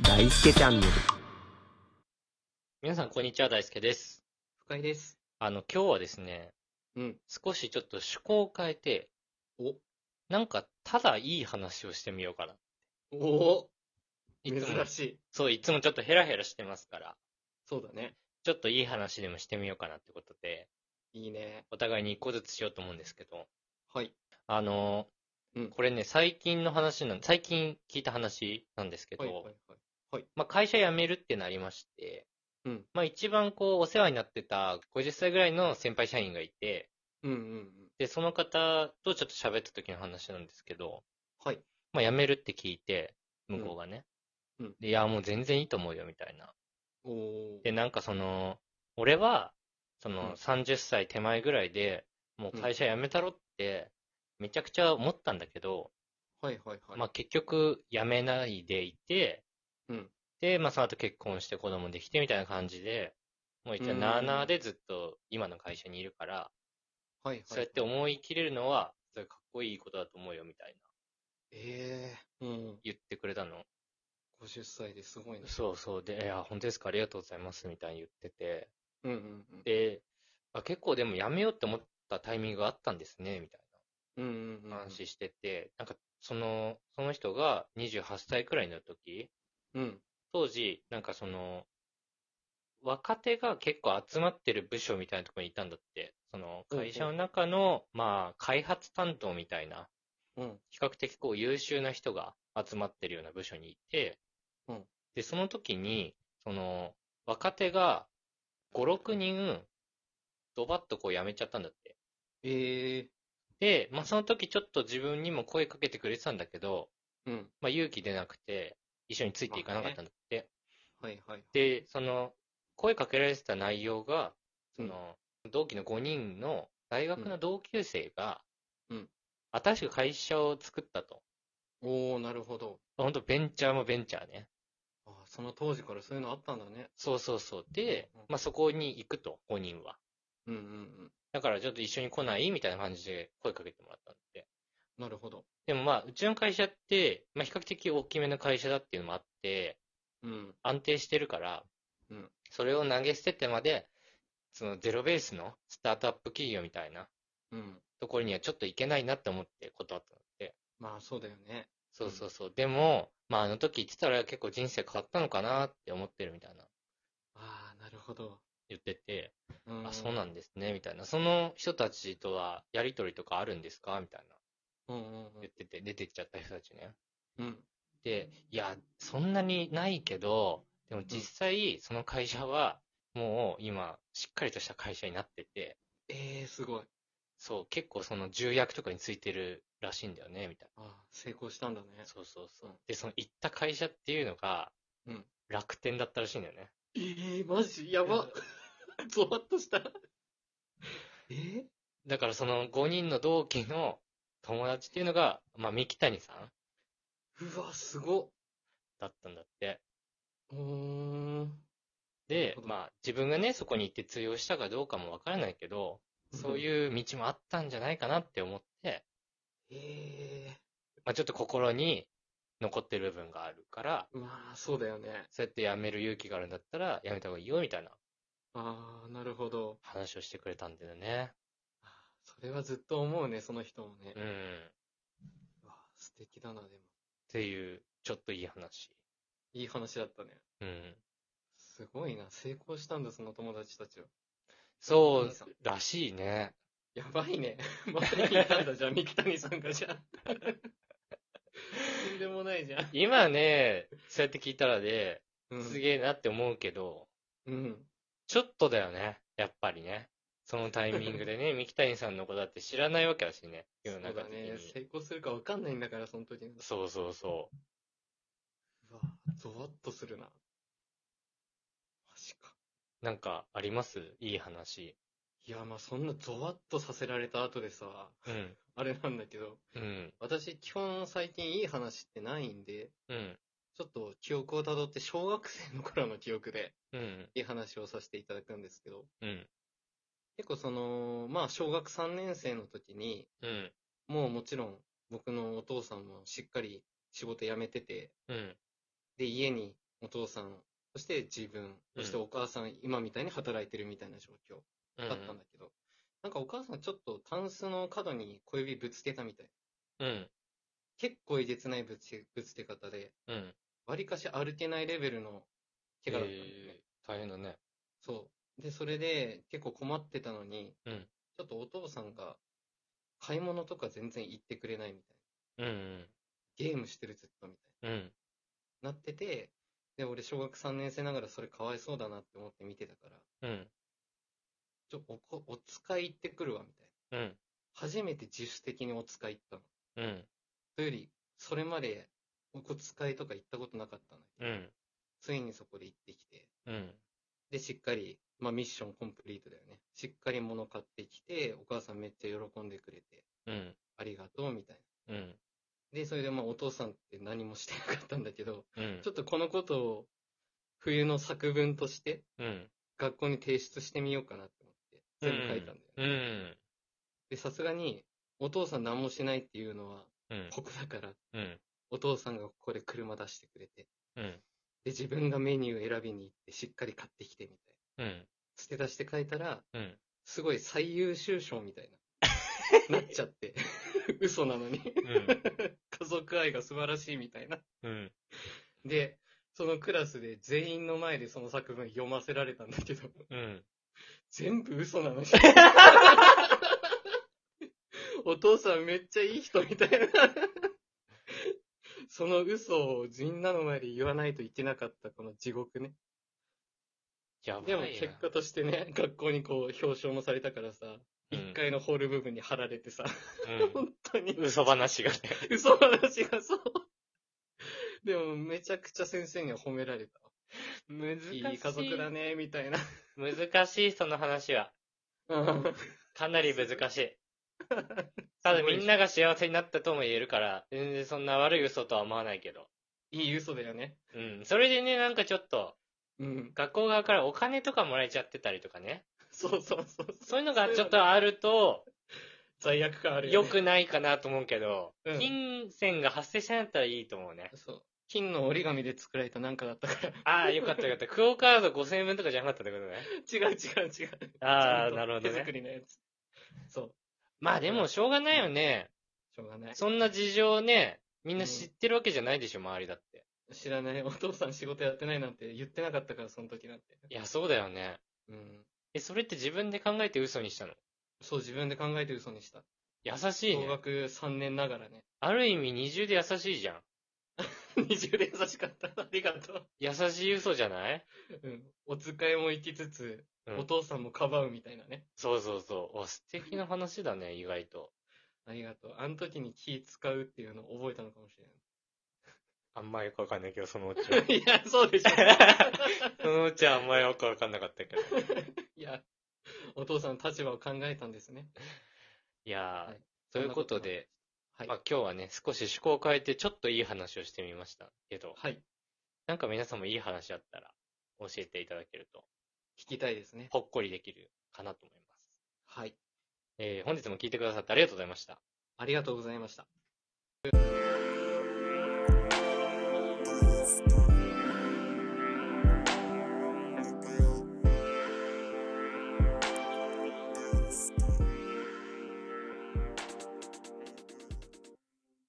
大輔チャンネル。皆さん、こんにちは、大輔です。深井です。あの、今日はですね、うん。少しちょっと趣向を変えて、お、なんか、ただいい話をしてみようかな。おおいつも、珍しい。そう、いつもちょっとヘラヘラしてますから、そうだね。ちょっといい話でもしてみようかなってことで、いいね。お互いに一個ずつしようと思うんですけど、はい。あの、うんこれね、最近の話なん、最近聞いた話なんですけど、はいはいはい。まあ、会社辞めるってなりまして、うんまあ、一番こう、お世話になってた50歳ぐらいの先輩社員がいて、うんうんうん。で、その方とちょっと喋った時の話なんですけど、はい。まあ、辞めるって聞いて、向こうがね。うんうんでいや、もう全然いいと思うよ、みたいな。おおで、なんかその、俺は、そうんの、30歳手前ぐらいで、もう会社辞めたろって、めちゃくちゃ思ったんだけど、はいはいはい。まあ、結局、辞めないでいて、うんで、まあ、その後結婚して子供できてみたいな感じで、もう一応、うんなあなあでずっと今の会社にいるから、はいはい。そうやって思い切れるのは、それかっこいいことだと思うよ、みたいな。ええうん。言ってくれたの。 50歳ですごいね。そうそう。で、いや、本当ですか、ありがとうございます、みたいに言ってて。うんうんうん。で、あ結構でもやめようって思ったタイミングがあったんですね、みたいうんうんうん。な話してて、なんか、その、その人が28歳くらいの時、うん。当時、なんかその、若手が結構集まってる部署みたいなところにいたんだって。その、うんうん会社の中の、まあ、開発担当みたいな、うん。比較的こう優秀な人が集まってるような部署にいて、うんで、その時に、その、若手が5、6人、ドバッとこう辞めちゃったんだって。ええで、まあその時ちょっと自分にも声かけてくれてたんだけど、うん。まあ勇気出なくて、一緒についていかなかったんだって。はいはい。で、その、声かけられてた内容が、そうんの、同期の5人の大学の同級生が、うん新しく会社を作ったと。おおなるほど。本当ベンチャーもベンチャーね。あーその当時からそういうのあったんだね。そうそうそう。でうんうん、まあ、そこに行くと、5人は。うんうんうん。だからちょっと一緒に来ないみたいな感じで声かけてもらったんで。なるほど。でもまあ、うちの会社って、まあ、比較的大きめの会社だっていうのもあって、うん。安定してるから、うんそれを投げ捨ててまで、そのゼロベースのスタートアップ企業みたいなうん。ところにはちょっといけないなって思って断ったんで。まあそうだよね。そうそうそう。でも、まあ、あの時言ってたら結構人生変わったのかなって思ってるみたいなああなるほど。言ってて、うん。あ、そうなんですね、みたいな。その人たちとはやりとりとかあるんですかみたいな。うんうんうん言ってて、出てきちゃった人たちね。うん。で、いや、そんなにないけど、でも実際、その会社は、もう今、しっかりとした会社になってて、ええすごい。そう、結構その重役とかについてるらしいんだよね、みたいああ、成功したんだね。な。そうそうそううん。で、その行った会社っていうのがうん、楽天だったらしいんだよね。ええマジやば。 ゾワッとした。ええだからその5人の同期の友達っていうのが、まあ、三木谷さんうわ、すごっ。だったんだって。うーん。なるでほ、どまあ、自分がね、そこに行って通用したかどうかもわからないけど、そううん。いう道もあったんじゃないかなって思って、えまあ、ちょっと心に残ってる部分があるから、えまあ、そうだよね。そうやって辞める勇気があるんだったら、辞めた方がいいよ、みたいなああ、なるほど。話をしてくれたんだよね。ああそれはずっと思うね、その人もねう。ん。っうわ、素敵だな、でも。ていう、ちょっといい話。いい話だったね。うん。すごいな、成功したんだ、その友達たちは。そう三木谷さん、らしいね。やばいね。 また聞いたんだ、じゃあ、三木谷さんが、じゃあ。 とんでもないじゃん。今ね、そうやって聞いたらで、うんすげえなって思うけど、うん。ちょっとだよね、やっぱりね。そのタイミングでね、三木谷さんの子だって知らないわけだしね、世そのう中だ的ねに。。成功するか分かんないんだから、その時の。そうそうそう。うわ、ゾワッとするな。マジか。なんか、ありますいい話。いや、まあそんなゾワッとさせられた後でさ、うん。あれなんだけど、うん。私基本最近いい話ってないんで、うん。ちょっと記憶をたどって小学生の頃の記憶でうん。いい話をさせていただくんですけど、うん。結構その、まあ小学3年生の時に、うん。もうもちろん僕のお父さんもしっかり仕事辞めてて、うん。で、家にお父さん、そして自分、そしてお母さん、今みたいに働いてるみたいな状況うだったんだけど、なんかお母さんちょっとタンスの角に小指ぶつけたみたい。うん。結構えげつないぶつけぶつけ方で、うん。わりかし歩けないレベルの怪我だったんだよね。えー大変だね。そう。で、それで結構困ってたのに、うんちょっとお父さんが買い物とか全然行ってくれないみたいうん。な。ゲームしてるずっとみたいうん。な。なってて、で、俺小学3年生ながらそれかわいそうだなって思って見てたから、うん。ちょ、おこ、お使い行ってくるわみたいな。うん。初めて自主的にお使い行ったの。うん。というより、それまでお小遣いとか行ったことなかったんだけうど、ん。ついにそこで行ってきて、うん。で、しっかり、まあミッションコンプリートだよね。しっかり物買ってきて、お母さんめっちゃ喜んでくれて、うん。ありがとうみたいうん。な。で、それでまあお父さんって何もしてなかったんだけど、うんちょっとこのことを冬の作文としてうん。学校に提出してみようかなって思って、全部書いたんだよね。うん。で、さすがに、お父さん何もしないっていうのは、うん。ここだから、うん。お父さんがここで車出してくれて、うん。で、自分がメニュー選びに行って、しっかり買ってきてみたいな。うん。捨て出して書いたら、うん。すごい最優秀賞みたいな。なっちゃって。嘘なのに。家族愛が素晴らしいみたいな。うん。で、そのクラスで全員の前でその作文読ませられたんだけど、うん。全部嘘なのに。 お父さんめっちゃいい人みたいな。その嘘をみんなの前で言わないといけなかったこの地獄ね。やばいでな。も結果としてね、学校にこう表彰もされたからさ、うん1階のホール部分に貼られてさ、うん本当に嘘話がね。嘘話がそう。でもめちゃくちゃ先生には褒められた。難しいい。い家族だね、み たいな。難しい、その話は。うんかなり難し い。ただみんなが幸せになったとも言えるから、全然そんな悪い嘘とは思わないけど。いい嘘だよね。うん。それでね、なんかちょっと、うん。学校側からお金とかもらえちゃってたりとかね。そうそうそう。そういうのがちょっとあると、罪悪感あるよ、良ね。くないかなと思うけど、うん金銭が発生しなかったらいいと思うね。そう。金の折り紙で作られたなんかだったから。ああ、よかったよかった。クオカード5000円分とかじゃなかったってことね。 違う違う違う。あちゃんあ、となるほど手作ね。りのやつ。そう。まあでもしょうがないよね。しょうがない。そんな事情ね、みんな知ってるわけじゃないでしょ、周りだって。知らない。お父さん仕事やってないなんて言ってなかったから、その時なんて。いや、そうだよね。うん。え、それって自分で考えて嘘にしたのそう、自分で考えて嘘にした。優しい小ね。学3年ながら ね。ある意味二重で優しいじゃん。 20連優しかった。ありがとう。優しい嘘じゃないうん。お使いも行きつつ、うんお父さんもかばうみたいなね。そうそうそう。お、素敵な話だね、意外と。ありがとう。あの時に気使うっていうのを覚えたのかもしあんまよくわかんないけど、そのうちれはない。いや、そうで しょ。 そのうちはあんまよくわかんなかったけど。いや、お父さんの立場を考えたんですね。いやー、はいということで、はい。まあ今日はね、少し趣向を変えてちょっといい話をしてみましたけど、はい。なんか皆さんもいい話あったら教えていただけると、聞きたいですね。ほっこりできるかなと思います。はい。えー本日も聞いてくださってありがとうございました。ありがとうございました。